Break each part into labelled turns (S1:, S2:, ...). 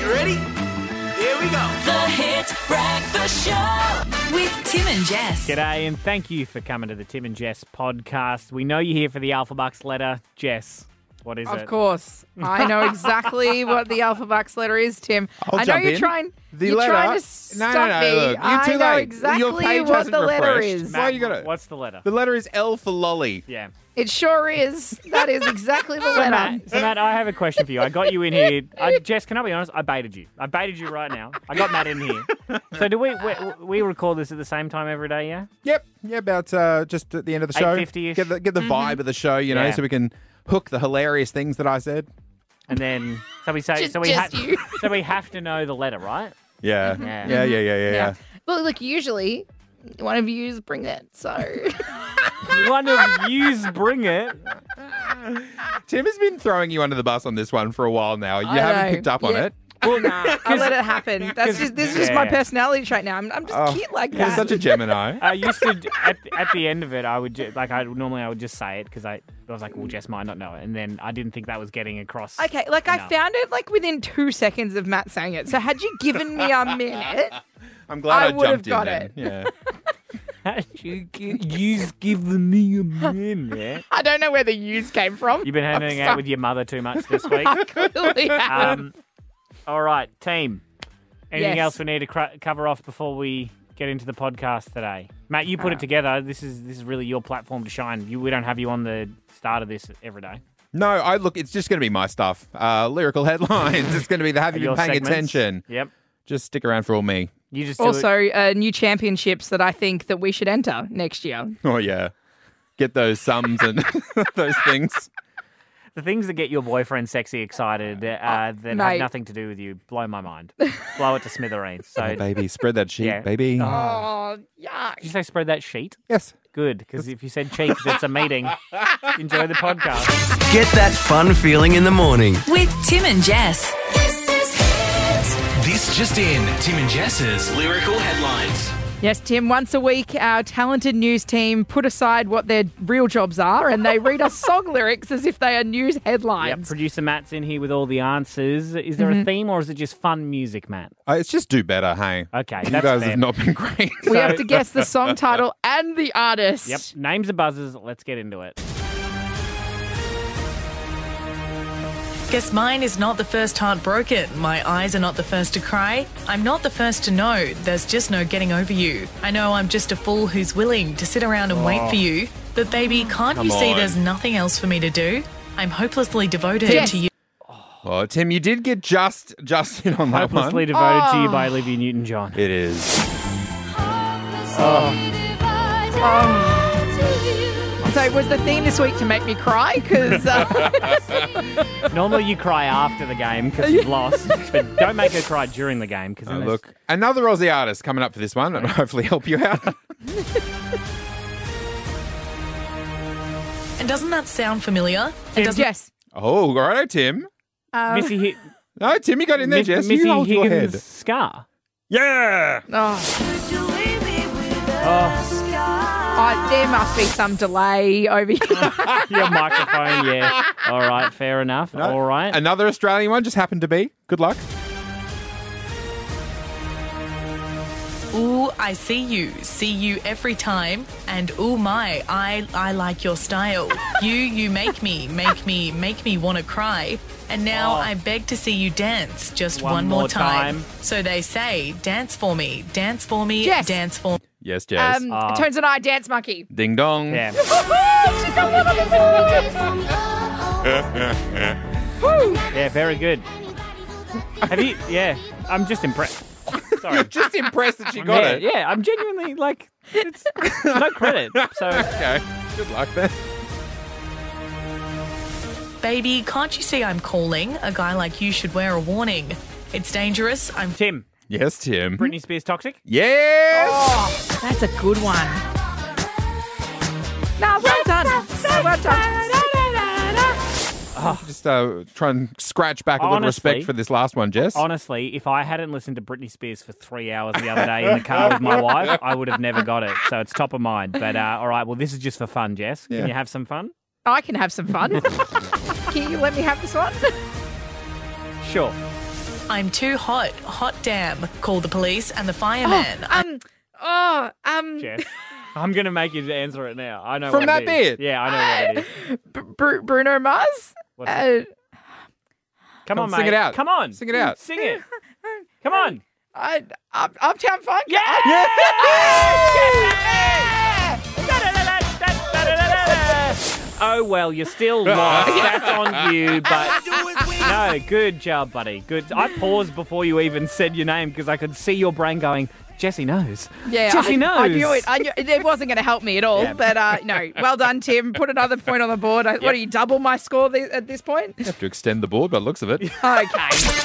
S1: You ready? Here we go.
S2: The Hit Breakfast Show with Tim and Jess.
S3: G'day, and thank you for coming to the Tim and Jess podcast. We know you're here for the Alpha Bucks letter. Jess, what is
S4: Of
S3: it?
S4: course. I know exactly what the alpha bucks letter is, Tim.
S5: I'll
S4: know
S5: jump
S4: you're
S5: in.
S4: trying
S5: The
S4: you're
S5: letter.
S4: trying to stuff
S5: no, no, no,
S4: me.
S5: Look, you're
S4: I
S5: too
S4: know
S5: late. Your
S4: exactly
S5: page
S4: what
S5: hasn't
S4: the letter
S5: refreshed.
S4: is.
S5: Matt, Why you got it?
S3: What's the letter?
S5: The letter is L for lolly.
S3: yeah.
S4: It sure is. That is exactly the
S3: So
S4: letter.
S3: Matt, so Matt, I have a question for you. I got you in here. I, Jess, can I be honest? I baited you. I baited you right now. I got Matt in here. So do we we, we record this at the same time every day? Yeah.
S5: Yep. Yeah, about uh, just at the end of the show.
S3: 8:50-ish.
S5: Get the get the vibe of the show, you know,
S3: Yeah.
S5: so we can hook the hilarious things that I said.
S3: And then so we say
S4: Just-
S3: so we
S4: just you.
S3: so we have to know the letter, right?
S5: Yeah.
S3: Yeah.
S5: Yeah. Yeah. Yeah. Yeah. yeah.
S4: Well, look, usually one of you is bring it, so
S3: One of yous bring it.
S5: Tim has been throwing you under the bus on this one for a while now. You
S4: I
S5: haven't
S4: know.
S5: picked up on
S4: Yeah.
S5: it.
S3: Well, nah.
S4: I let it happen. That's just this is just my
S3: Yeah.
S4: personality trait now. I'm, I'm just
S5: Oh,
S4: cute like
S5: You're
S4: that.
S5: such a Gemini.
S3: I used to at, at the end of it. I would ju- like I normally I would just say it because I, I was like, well, Jess might not know it, and then I didn't think that was getting across.
S4: Okay, like I
S3: enough.
S4: found it like within two seconds of Matt saying it. So had you given me a minute,
S5: I'm glad I,
S4: I would have
S5: jumped
S4: got
S5: in.
S4: it.
S5: Then.
S3: you gi- yous give the me a minute.
S4: I don't know where the use came from.
S3: You've been hanging out with your mother too much this week.
S4: I clearly
S3: Um,
S4: haven't.
S3: all right, team. Anything
S4: Yes.
S3: else we need to cr- cover off before we get into the podcast today? Matt, you put
S4: Uh.
S3: it together. This is this is really your platform to shine. You, we don't have you on the start of this every day.
S5: Yeah. No, I look. It's just going to be my stuff. Uh, lyrical headlines. It's going to be the have you
S3: Your
S5: been paying
S3: segments.
S5: attention?
S3: Yep.
S5: Just stick around for all me.
S3: You just do it.
S4: Also, uh, new championships that I think that we should enter next year.
S5: Oh yeah, get those sums and those things.
S3: The things that get your boyfriend sexy excited uh, that have
S4: mate.
S3: nothing to do with you blow my mind. blow it to smithereens. So
S5: Oh,
S3: did
S5: baby, spread that sheet,
S3: Yeah.
S5: baby.
S4: Oh, yuck.
S3: you say spread that sheet?
S5: Yes.
S3: Good, because if you said cheek, that's a meeting. Enjoy the podcast.
S6: Get that fun feeling in the morning.
S2: With Tim and Jess.
S7: This just in, Tim and Jess's lyrical headlines.
S4: Yes, Tim, once a week, our talented news team put aside what their real jobs are and they read us song lyrics as if they are news
S3: Yep,
S4: headlines.
S3: producer Matt's in here with all the answers. Is there a theme or is it just fun music, Matt?
S5: Uh, it's just do better, hey.
S3: Okay,
S5: you
S3: that's
S5: guys
S3: fair.
S5: have not been great.
S4: We have to guess the song title and the artist.
S3: Yep, names of buzzers. Let's get into it.
S8: Guess mine is not the first heartbroken. My eyes are not the first to cry. I'm not the first to know. There's just no getting over you. I know I'm just a fool who's willing to sit around and wait for you. But baby, can't you see
S5: on.
S8: there's nothing else for me to do? I'm hopelessly devoted
S4: Yes.
S8: to you.
S5: well, Oh, Tim, you did get just just in on that
S3: Hopelessly
S5: one.
S3: devoted to you by Olivia Newton John.
S5: It is.
S4: So, was the theme this week to make me cry? Because uh,
S3: Normally you cry after the game because you've lost, but don't make her cry during the game because
S5: Uh, look, another Aussie artist coming up for this one, and hopefully help you out.
S8: And doesn't that sound familiar? And doesn't
S4: yes,
S5: oh, all right, Tim.
S3: Missy, Hi-
S5: No, Tim, you got in there,
S3: Miss-
S5: Jess.
S3: Missy
S5: you hold your
S3: Higgins'
S5: head.
S3: scar.
S5: Yeah.
S4: oh, there must be some delay over here.
S3: Your microphone, yeah. All right, fair enough. All right.
S5: Another Australian one just happened to be. Good luck.
S8: Ooh, I see you, see you every time, and ooh my, I I like your style. you you make me, make me, make me want to cry. And now
S3: Oh.
S8: I beg to see you dance just
S3: One
S8: one, more,
S3: more
S8: time.
S3: time.
S8: So they say, dance for me, dance for me,
S4: Yes.
S8: dance for me.
S5: Yes, Jess.
S4: Um, Tones and I, Dance Monkey.
S5: Ding dong.
S3: yeah. Yeah, very good. Have you? Yeah, I'm just impressed. Sorry.
S5: Just impressed that you got
S3: Yeah,
S5: it.
S3: yeah, I'm genuinely like, it's no credit. So
S5: Okay. Good luck then.
S8: Baby, can't you see I'm calling? A guy like you should wear a warning. It's dangerous. I'm
S3: Tim,
S5: Yes, Tim.
S3: Britney Spears toxic.
S5: Yes.
S3: Oh.
S4: That's a good one. No, well done. No, well done.
S5: Just uh, try and scratch back a little
S3: Honestly-
S5: respect for this last one, Jess.
S3: Honestly, if I hadn't listened to Britney Spears for three hours the other day in the car with my wife, I would have never got it. So it's top of mind. But uh, all right, well, this is just for fun, Jess. Can
S5: Yeah.
S3: you have some fun?
S4: I can have some fun. can you let me have this one?
S3: Sure.
S8: I'm too hot. Hot damn. Call the police and the fireman.
S4: Um, oh, um,
S3: Jess. I'm going to make you answer it now. I know
S5: From
S3: what
S5: that
S3: it is.
S5: bit?
S3: Yeah, I know what it is.
S4: Br- Bruno Mars?
S3: What's it?
S4: Uh,
S3: Come on,
S5: Sing
S3: mate.
S5: it out.
S3: Come on.
S5: Sing it out.
S3: Sing it. Come on.
S4: I, up, Uptown Funk?
S3: Yeah! Oh well, you're still lost. That's on you, but no, good job, buddy. Good. I paused before you even said your name because I could see your brain going. Jesse knows.
S4: Yeah,
S3: Jesse
S4: I,
S3: knows.
S4: I knew it. I knew it. It wasn't going to help me at all.
S3: Yeah.
S4: But uh, no, well done, Tim. Put another point on the board. I, What are you double my score th- at this point?
S5: have to extend the board by the looks of it.
S4: Okay.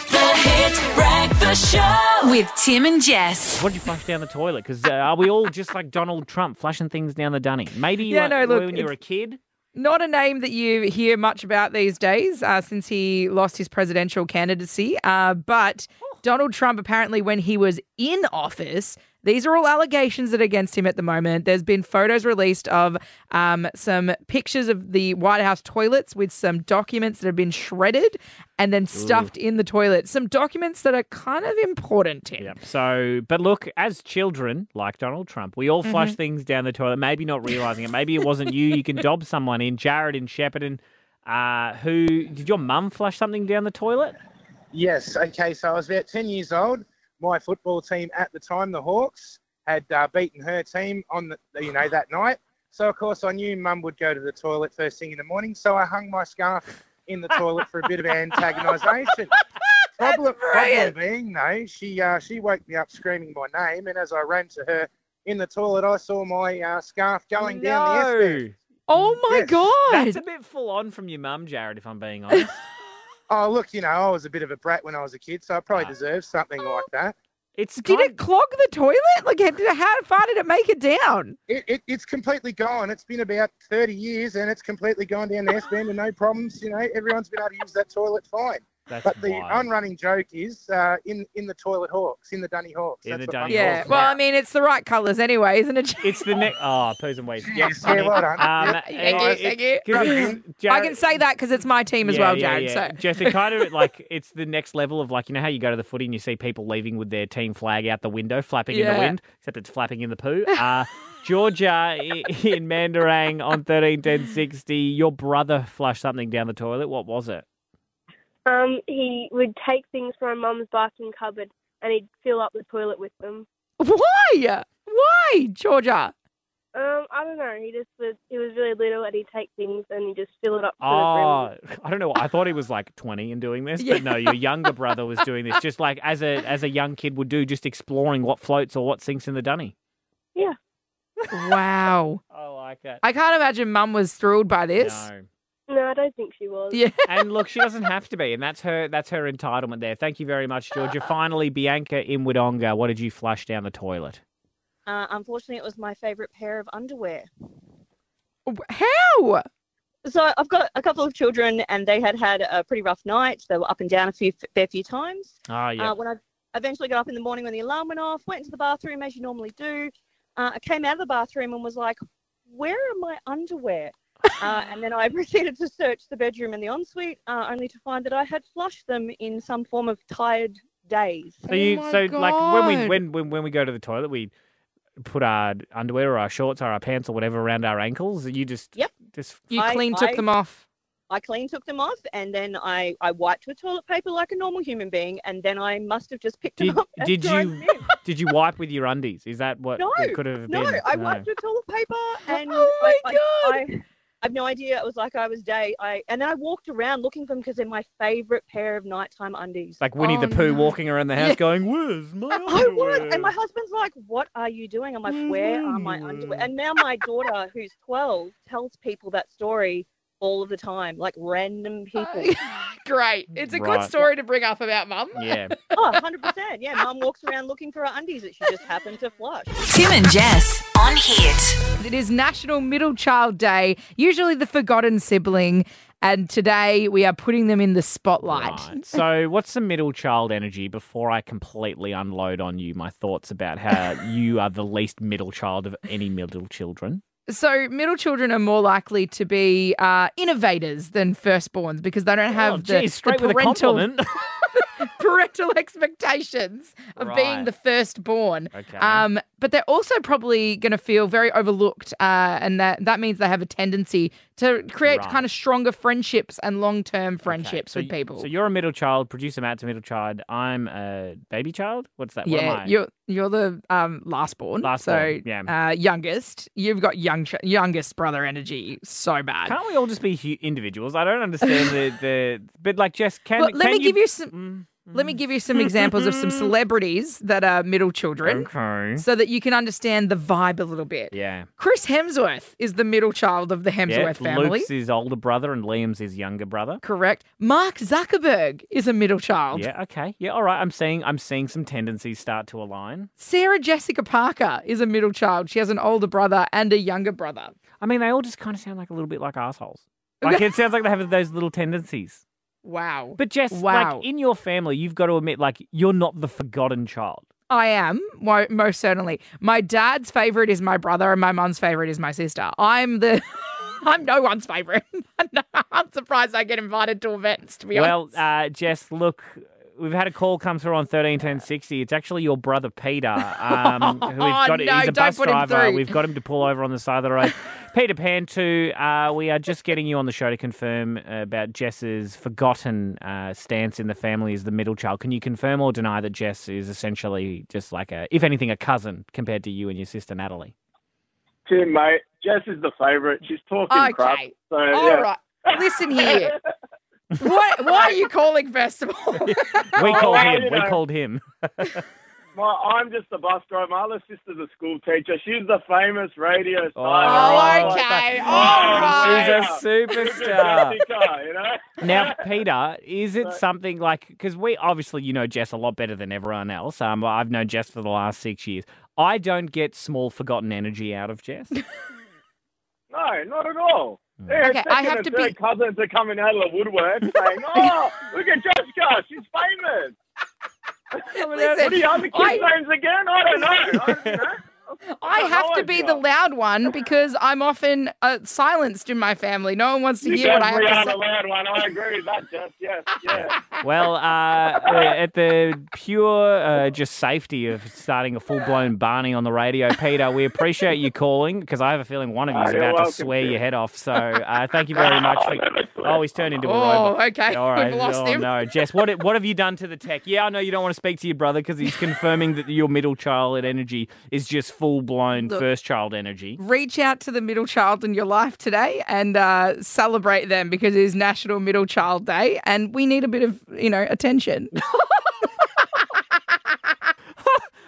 S2: The Hit Breakfast Show with Tim and Jess.
S3: What did you flush down the toilet? Because uh, are we all just like Donald Trump flushing things down the dunny? Maybe you
S4: Yeah,
S3: like,
S4: no, look,
S3: when you were a
S4: it's-
S3: kid.
S4: Not a name that you hear much about these days uh, since he lost his presidential candidacy. Uh, but
S3: Oh.
S4: Donald Trump, apparently, when he was in office, these are all allegations that are against him at the moment. There's been photos released of um, some pictures of the White House toilets with some documents that have been shredded and then stuffed in the toilet. Some documents that are kind of important to him.
S3: Yep. So, but look, as children, like Donald Trump, we
S4: Mm-hmm.
S3: all flush things down the toilet, maybe not realizing it. Maybe it wasn't you. You can dob someone in, Jared in Shepparton. Uh, who did your mum flush something down the toilet?
S9: Yes. Okay. So I was about 10 years old. My football team at the time, the Hawks, had uh, beaten her team on the, you know, that night. So of course I knew Mum would go to the toilet first thing in the morning. So I hung my scarf in the toilet for a bit of antagonisation. Problem, problem
S4: brilliant.
S9: being though, she uh, she woke me up screaming my name, and as I ran to her in the toilet, I saw my uh, scarf going down the escalator.
S4: Oh my
S9: Yes.
S4: God.
S3: that's a bit full on from your mum, Jared. If I'm being honest,
S9: Oh look, you know I was a bit of a brat when I was a kid, so I probably deserved something like that.
S3: it's
S4: did
S3: kind-
S4: it clog the toilet? Like, how did- how far did it make it down?
S9: It, it, it's completely gone. It's been about 30 years and it's completely gone down the S-band and no problems. You know, everyone's been able to use that toilet fine.
S3: that's
S9: But the
S3: wild.
S9: unrunning joke is uh, in in the toilet hawks, in the Dunny Hawks.
S3: In
S9: That's
S3: the
S9: what I'm
S3: Dunny
S4: Yeah.
S3: Hawks.
S9: talking
S4: Well, I
S9: about.
S4: mean, it's the right colours anyway, isn't it?
S3: It's the next. Oh, poos and weeds.
S9: Yeah, yeah, well done.
S3: Um,
S4: Thank you, thank you. I
S3: Jared-
S4: can say that because it's my team as
S3: Yeah,
S4: well,
S3: yeah,
S4: Jared.
S3: yeah.
S4: So.
S3: Jess, it kind of like it's the next level of like you know how you go to the footy and you see people leaving with their team flag out the window, flapping in the
S4: Yeah.
S3: wind, except it's flapping in the poo. Uh, Georgia i- in Mandarang on thirteen ten sixty. Your brother flushed something down the toilet. What was it?
S10: Um, he would take things from my mum's bathroom cupboard and he'd fill up the toilet with them.
S4: Why? Why, Georgia?
S10: Um, I don't know. He just was he was really little and he'd take things and he'd just fill it up to the brim.
S3: Oh, I don't know. I thought he was like twenty and doing this,
S4: Yeah.
S3: but no, your younger brother was doing this, just like as a as a young kid would do, just exploring what floats or what sinks in the dunny.
S4: Wow.
S3: I like it.
S4: I can't imagine Mum was thrilled by this.
S3: No.
S10: No, I don't think she was.
S4: Yeah.
S3: and look, she doesn't have to be, and that's her that's her entitlement there. Thank you very much, Georgia. Finally, Bianca in Wodonga, what did you flush down the toilet?
S11: Uh, unfortunately, it was my favorite pair of underwear.
S4: How?
S11: So I've got a couple of children, and they had had a pretty rough night. They were up and down a few fair few times.
S3: Oh yeah.
S11: Uh, when I eventually got up in the morning when the alarm went off, went into the bathroom as you normally do. Uh, I came out of the bathroom and was like, "Where are my underwear?" uh, and then I proceeded to search the bedroom and the ensuite, uh, only to find that I had flushed them in some form of tired days.
S3: so you
S4: Oh my
S3: so like when we
S4: God.
S3: when, when when we go to the toilet, we put our underwear or our shorts or our pants or whatever around our ankles. You just
S11: Yep.
S3: just
S4: You
S11: I-
S4: clean took
S11: I-
S4: them off.
S11: I clean took them off and then I, I wiped with toilet paper like a normal human being and then I must have just picked
S3: did
S11: them up. and
S3: did
S11: thrown
S3: you
S11: them in.
S3: did you wipe with your undies? Is that what
S11: No,
S3: it could have been?
S11: No, I wiped with toilet paper and
S4: Oh my
S11: I, I, I, I have no idea. It was like I was day. I and then I walked around looking for them because they're my favorite pair of nighttime undies.
S3: Like Winnie
S4: Oh,
S3: the Pooh
S4: no.
S3: walking around the house,
S4: Yeah.
S3: going, "Where's my
S11: I
S3: underwear?"
S11: was, and my husband's like, "What are you doing?" I'm like, "Where are my underwear?" And now my daughter, who's 12, tells people that story all of the time, like random people.
S4: Great. It's a
S3: Right.
S4: good story to bring up about Mum.
S3: yeah.
S11: Oh, 100%. Yeah, mum walks around looking for her undies that she just happened to flush.
S2: Tim and Jess on Hit.
S4: It is National Middle Child Day, usually the forgotten sibling. And today we are putting them in the spotlight.
S3: Right. So, what's the middle child energy before I completely unload on you my thoughts about how you are the least middle child of any middle children?
S4: So middle children are more likely to be uh, innovators than firstborns because they don't have
S3: oh,
S4: the,
S3: geez,
S4: the
S3: straight with a
S4: parental
S3: compliment.
S4: parental expectations of being
S12: Right.
S4: the firstborn.
S12: Okay.
S4: Um, but they're also probably going to feel very overlooked, uh, and that that means they have a tendency to create
S3: Right.
S4: kind of stronger friendships and long term friendships
S3: so
S4: with
S3: y-
S4: people.
S3: So you're a middle child. Producer Matt's a middle child. I'm a baby child. What's that? what am
S4: yeah,
S3: I?
S4: you're you're the um, last born,
S3: Last
S4: so
S3: born, yeah.
S4: uh, youngest. You've got young ch- youngest brother energy so bad.
S3: Can't we all just be hu- individuals? I don't understand the, the but like Jess can.
S4: well, let
S3: can
S4: me
S3: you... Mm,
S4: give you some. Let me give you some examples of some celebrities that are middle children,
S3: Mm-hmm. Okay.
S4: so that you can understand the vibe a little bit.
S3: Yeah.
S4: Chris Hemsworth is the middle child of the Hemsworth
S3: yeah.
S4: family.
S3: Luke's his older brother and Liam's his younger brother.
S4: Correct. Mark Zuckerberg is a middle child.
S3: Yeah. Okay. Yeah. All right. I'm seeing. I'm seeing some tendencies start to align.
S4: Sarah Jessica Parker is a middle child. She has an older brother and a younger brother.
S3: I mean, they all just kind of sound like a little bit like assholes. Like it sounds like they have those little tendencies.
S4: Wow.
S3: But Jess,
S4: wow.
S3: like in your family, you've got to admit, like you're not the forgotten child.
S4: I am, mo- most certainly. My dad's favorite is my brother, and my mum's favorite is my sister. I'm the. I'm no one's favorite. I'm surprised I get invited to events, to be
S3: well,
S4: honest.
S3: uh, Jess, look, we've had a call come through on thirteen ten sixty. It's actually your brother Peter. Um, who we've
S4: Oh,
S3: got,
S4: no,
S3: he's a
S4: don't
S3: bus
S4: put him
S3: driver.
S4: through.
S3: We've got him to pull over on the side of the road. Peter Pan, too. Uh, we are just getting you on the show to confirm uh, about Jess's forgotten uh, stance in the family as the middle child. Can you confirm or deny that Jess is essentially just like a, if anything, a cousin compared to you and your sister Natalie?
S13: Tim, mate, Jess is the favourite. She's talking
S4: Okay.
S13: crap. So,
S4: All
S13: Uh, yeah.
S4: right. Listen here. what, why are you calling, first of all?
S3: We
S13: Oh,
S3: called
S13: well,
S3: him.
S13: you
S3: We
S13: know.
S3: called him.
S13: My, I'm just the bus driver. My other sister's a school teacher. She's the famous radio star.
S3: Oh,
S4: okay.
S13: oh,
S3: She's a superstar. Now, Peter, is it something like because we obviously you know Jess a lot better than everyone else. Um, I've known Jess for the last six years. I don't get small forgotten energy out of Jess.
S13: No, not at all.
S3: Mm.
S13: Yeah,
S4: Okay, I
S13: second
S4: have
S13: and
S4: to
S13: third
S4: be-
S13: Cousins are coming out of the woodwork saying, "Oh, look at Jessica. She's famous." what are your other kids'
S4: I-
S13: names again? I don't know. I-
S4: I have to be the loud one because I'm often uh, silenced in my family. No one wants to
S13: you
S4: hear what I
S13: definitely
S4: have to say.
S13: are the loud one. I agree with that, Jess. Yes, yes.
S3: well, uh, at the pure uh, just safety of starting a full blown Barney on the radio, Peter, we appreciate you calling because I have a feeling one of you is
S13: Oh, you're
S3: about to
S13: welcome,
S3: swear
S13: Tim.
S3: your head off. So uh, thank you very much for. Oh, he's turned into a
S4: Oh,
S3: robot.
S4: okay.
S3: All right.
S4: We've lost
S3: oh
S4: him.
S3: no, Jess, what what have you done to the tech? Yeah, I know you don't want to speak to your brother because he's confirming that your middle child energy is just full blown
S4: Look.
S3: first child energy.
S4: Reach out to the middle child in your life today and uh, celebrate them because it is National Middle Child Day and we need a bit of, you know, attention.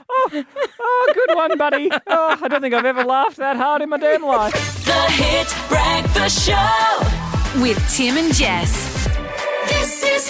S3: Oh, good one, buddy. Oh, I don't think I've ever laughed that hard in my damn life.
S2: The Hit Breakfast Show with Tim and Jess. This is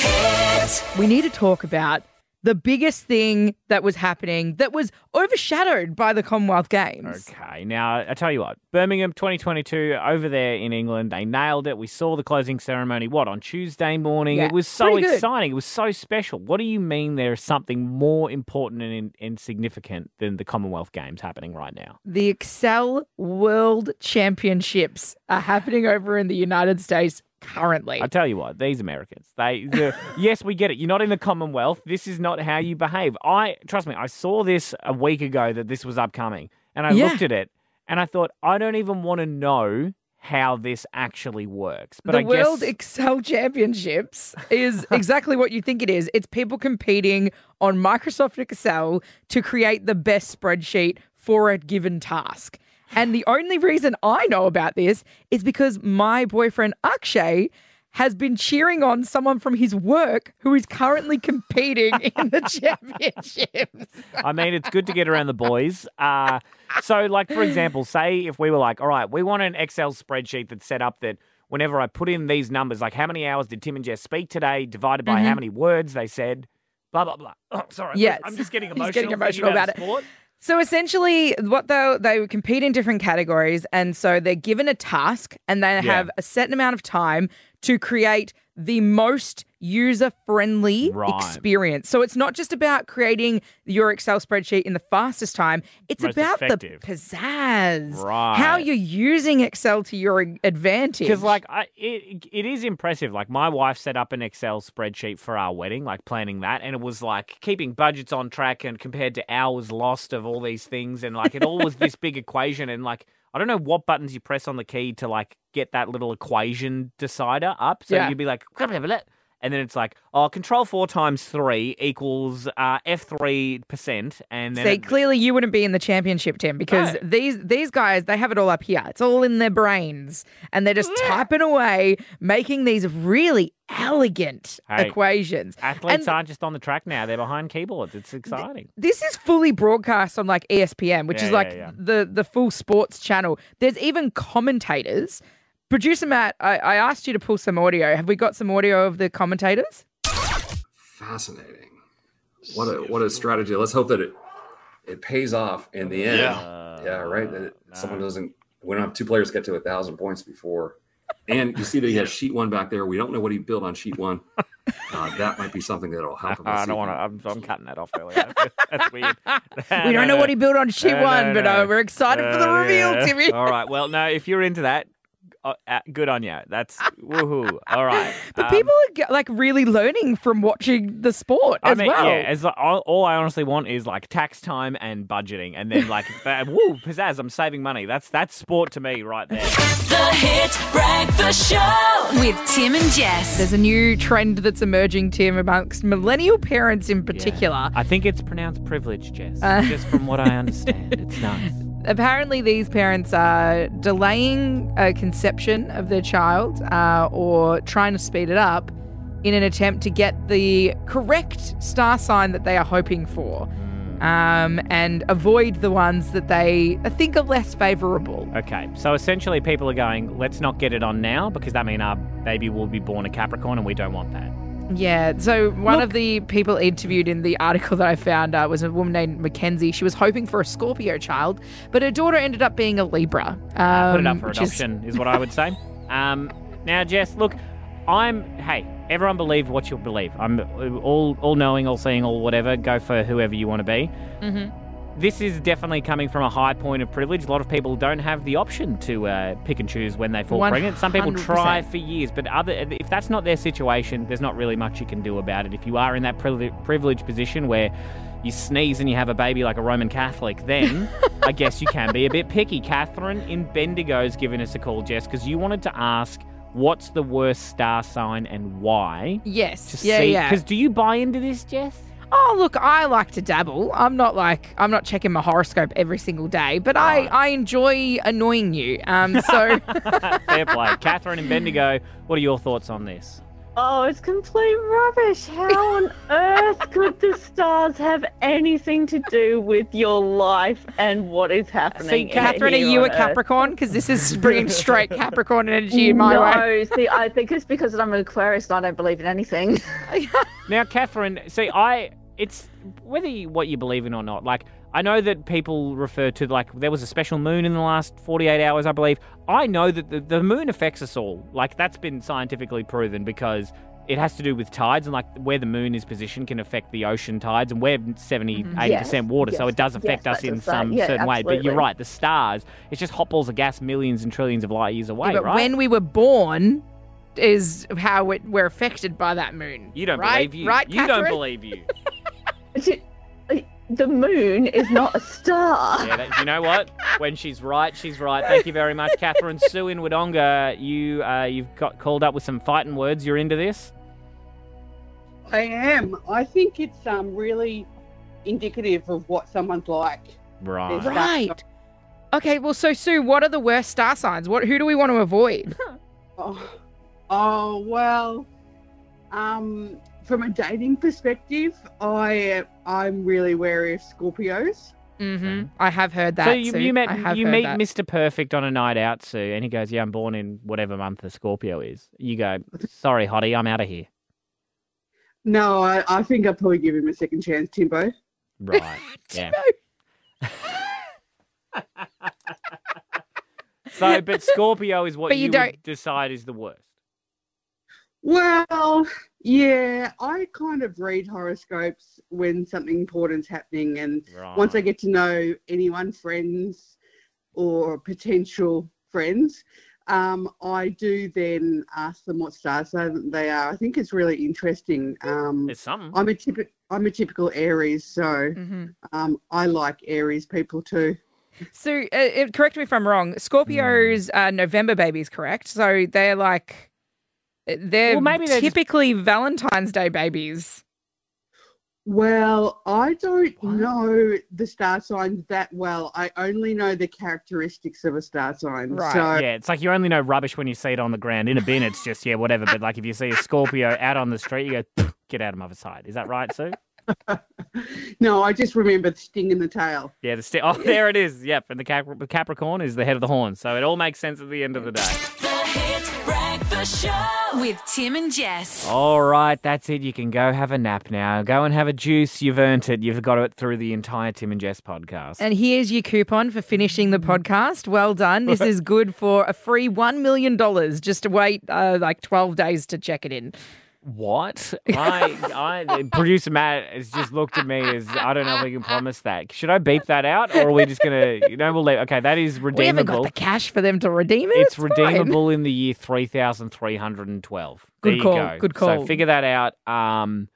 S2: Hit.
S4: we need to talk about the biggest thing that was happening that was overshadowed by the Commonwealth Games.
S3: Okay, now I tell you what, Birmingham 2022 over there in England, they nailed it. We saw the closing ceremony. What on Tuesday morning?
S4: Yeah,
S3: it was so
S4: pretty good.
S3: exciting. It was so special. What do you mean there is something more important and, and significant than the Commonwealth Games happening right now?
S4: The Excel World Championships are happening over in the United States currently.
S3: I tell you what, these Americans, they, the, yes, we get it. You're not in the Commonwealth. This is not how you behave. I trust me. I saw this a week ago that this was upcoming, and I
S4: Yeah.
S3: looked at it and I thought, I don't even want to know how this actually works. But
S4: the
S3: I
S4: World
S3: guess
S4: Excel Championships is exactly what you think it is. It's people competing on Microsoft Excel to create the best spreadsheet for a given task. And the only reason I know about this is because my boyfriend Akshay has been cheering on someone from his work who is currently competing in the championships.
S3: I mean, it's good to get around the boys. Uh, so, like, for example, say if we were like, all right, we want an Excel spreadsheet that's set up that whenever I put in these numbers, like how many hours did Tim and Jess speak today, divided by how
S4: Mhm.
S3: many words they said, blah, blah, blah. Oh, sorry.
S4: Yes.
S3: I'm just getting
S4: He's
S3: emotional.
S4: getting
S3: thinking
S4: emotional about it.
S3: sport.
S4: So essentially, what they they compete in different categories, and so they're given a task, and they
S3: Yeah.
S4: have a certain amount of time to create the most user friendly
S3: Right.
S4: experience. So it's not just about creating your Excel spreadsheet in the fastest time, it's
S3: Most
S4: about
S3: effective.
S4: the pizzazz.
S3: Right.
S4: How you're using Excel to your advantage.
S3: Because like I, it, it is impressive. Like my wife set up an Excel spreadsheet for our wedding, like planning that, and it was like keeping budgets on track and compared to hours lost of all these things, and like it all was this big equation, and like I don't know what buttons you press on the key to like get that little equation decider up. So
S12: Yeah.
S3: you'd be like, and then it's like, oh, control four times three equals uh, F three percent, and then
S4: See,
S3: it-
S4: clearly you wouldn't be in the championship, Tim, because
S3: No.
S4: these these guys they have it all up here. It's all in their brains, and they're just typing away, making these really elegant
S3: Hey,
S4: equations.
S3: athletes
S4: And-
S3: aren't just on the track now; they're behind keyboards. It's exciting.
S4: this is fully broadcast on like E ESPN, which
S3: Yeah,
S4: is
S3: yeah,
S4: like
S3: yeah.
S4: the the full sports channel. There's even commentators. Producer Matt, I, I asked you to pull some audio. Have we got some audio of the commentators?
S14: Fascinating. What a what a strategy. Let's hope that it it pays off in the end.
S15: Yeah.
S14: Yeah, right. That it-
S3: Uh,
S14: someone doesn't we don't have two players get to a thousand points before. And you see that he has sheet one back there. We don't know what he built on sheet one. Uh, that might be something that'll help him.
S3: I don't want to. I'm, I'm cutting that off early. That's weird.
S4: We don't know what he built on sheet one, but, uh, we're excited for the reveal,
S3: Oh, yeah.
S4: Timmy.
S3: All right. Well, no, if you're into that, uh, uh, good on you. That's woohoo. All right.
S4: But
S3: Um,
S4: people are ge- like really learning from watching the sport
S3: I
S4: as
S3: mean,
S4: well.
S3: yeah. As like, all, all I honestly want is like tax time and budgeting, and then like, uh, woo, pizzazz! I'm saving money. That's that's sport to me right there.
S2: The Hit Breakfast Show with Tim and Jess.
S4: There's a new trend that's emerging, Tim, amongst millennial parents in particular.
S3: I think it's pronounced privilege, Jess.
S4: Uh,
S3: just from what I understand, it's nice.
S4: Apparently, these parents are delaying a conception of their child uh, or trying to speed it up in an attempt to get the correct star sign that they are hoping for
S3: Hmm.
S4: um, and avoid the ones that they think are less favorable.
S3: Okay, so essentially, people are going, let's not get it on now because that means our baby will be born a Capricorn, and we don't want that.
S4: Yeah. So one of the people interviewed in the article that I found uh, was a woman named Mackenzie. She was hoping for a Scorpio child, but her daughter ended up being a Libra.
S3: Uh, put it up
S4: um,
S3: for
S4: which is-
S3: adoption is, what I would say. Um, now, Jess, look, I'm hey, everyone believe what you believe. I'm all all knowing, all seeing, all whatever. Go for whoever you want to be.
S4: Mm-hmm.
S3: This is definitely coming from a high point of privilege. A lot of people don't have the option to uh, pick and choose when they fall pregnant. Some people try
S4: 100%.
S3: for years, but other if that's not their situation, there's not really much you can do about it. If you are in that privi- privileged position where you sneeze and you have a baby like a Roman Catholic, then I guess you can be a bit picky. Catherine in Bendigo's given us a call, Jess, because you wanted to ask what's the worst star sign and why.
S4: Yes.
S3: To
S4: yeah.
S3: see,
S4: yeah.
S3: Because do you buy into this, Jess?
S4: Oh look, I like to dabble. I'm not like I'm not checking my horoscope every single day, but I,
S3: Ah.
S4: I enjoy annoying you. Um, so
S3: Fair play. Catherine in Bendigo, what are your thoughts on this?
S16: Oh, it's complete rubbish. How on earth could the stars have anything to do with your life and what is happening?
S4: see, Catherine, are
S16: here
S4: you a
S16: on Earth?
S4: Capricorn? Because this is bringing straight Capricorn energy in my
S16: no,
S4: way.
S16: see, I think it's because I'm an Aquarius and I don't believe in anything.
S3: Now, Catherine, see, I it's whether you, what you believe in or not. Like, I know that people refer to like there was a special moon in the last forty-eight hours, I believe. I know that the, the moon affects us all. Like, that's been scientifically proven because it has to do with tides and like where the moon is positioned can affect the ocean tides, and we're 70 80 percent
S12: Yes,
S3: water, so
S12: yes,
S3: it does affect
S12: yes,
S3: us
S12: that
S3: in
S12: does that.
S3: some
S12: Yeah,
S3: certain way. But you're
S12: absolutely.
S3: right, the stars, it's just hot balls of gas, millions and trillions of light years away,
S4: Yeah, but
S3: right?
S4: when we were born, is how it, we're affected by that moon.
S3: you don't
S4: right?
S3: believe you.
S4: right?
S3: you
S4: Catherine?
S3: don't believe you.
S16: the moon is not a star.
S3: Yeah, that, you know what? When she's right, she's right. Thank you very much, Catherine Sue in Wodonga. You uh, you've got called up with some fighting words. You're into this.
S17: I am. I think it's um really indicative of what someone's like.
S3: Right.
S4: Right. Okay. Well, so Sue, what are the worst star signs? What who do we want to avoid?
S17: Oh, oh well. Um, from a dating perspective, I I'm really wary of Scorpios.
S4: Mm-hmm. I have heard that.
S3: so you,
S4: Sue.
S3: you
S4: I
S3: met
S4: have
S3: you
S4: heard
S3: meet
S4: that.
S3: Mr. Perfect on a night out, Sue, and he goes, "Yeah, I'm born in whatever month the Scorpio is." You go, "Sorry, hottie, I'm out of here."
S17: No, I, I think I'd probably give him a second chance, Timbo.
S3: Right. Yeah. so, but Scorpio is what
S4: But you
S3: you, would
S4: don't-
S3: decide is the worst.
S17: Well, yeah, I kind of read horoscopes when something important's happening, and once I
S3: Right.
S17: get to know anyone, friends or potential friends, um, I do then ask them what stars they- they are. I think it's really interesting. Um,
S3: it's something.
S17: I'm a typical I'm a typical Aries, so
S4: Mhm.
S17: um, I like Aries people too.
S4: So, uh, it, correct me if I'm wrong. Scorpios are November babies, correct? So they're like they're
S17: Well, maybe they're just-
S4: typically Valentine's Day babies.
S17: Well, I don't know the star signs that well. I only know the characteristics of a star sign. So
S3: Yeah, it's like you only know rubbish when you see it on the ground. In a bin, it's just, yeah, whatever. But like if you see a Scorpio out on the street, you go, get out of my other side. Is that right, Sue?
S17: no, I just remember the sting in the tail.
S3: Yeah, the sti- oh, there it is. Yep, and the Cap- Capricorn is the head of the horn, so it all makes sense at the end of the day.
S2: Breakfast Show with Tim and Jess.
S3: All right, that's it. You can go have a nap now. Go and have a juice. You've earned it. You've got it through the entire Tim and Jess podcast.
S4: And here's your coupon for finishing the podcast. Well done. This is good for a free $1 million. Just to wait uh, like 12 days to check it in.
S3: What? I, I, producer Matt has just looked at me as I don't know if we can promise that. Should I beep that out, or are we just gonna? You know, we'll leave. Okay, that is
S4: We haven't
S3: redeemable.
S4: got the cash for them to redeem it.
S3: it's
S4: fine.
S3: redeemable in the year three thousand three hundred and twelve.
S4: Good
S3: there you
S4: call,
S3: go.
S4: good
S3: So
S4: call.
S3: figure that out. Um,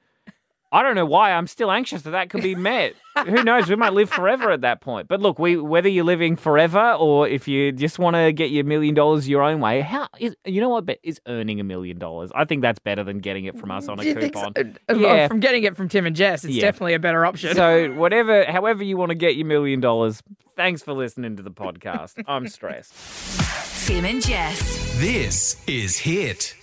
S3: I don't know why I'm still anxious that that could be met. Who knows? We might live forever at that point. But look, we whether you're living forever or if you just want to get your million dollars your own way, how is you know what? But is earning a million dollars? I think that's better than getting it from us on a
S4: Do you think so?
S3: coupon.
S4: Uh,
S3: Yeah.
S4: From getting it from Tim and Jess, it's
S3: Yeah.
S4: definitely a better option.
S3: So whatever, however you want to get your million dollars. Thanks for listening to the podcast. I'm stressed.
S2: Tim and Jess.
S7: This is Hit.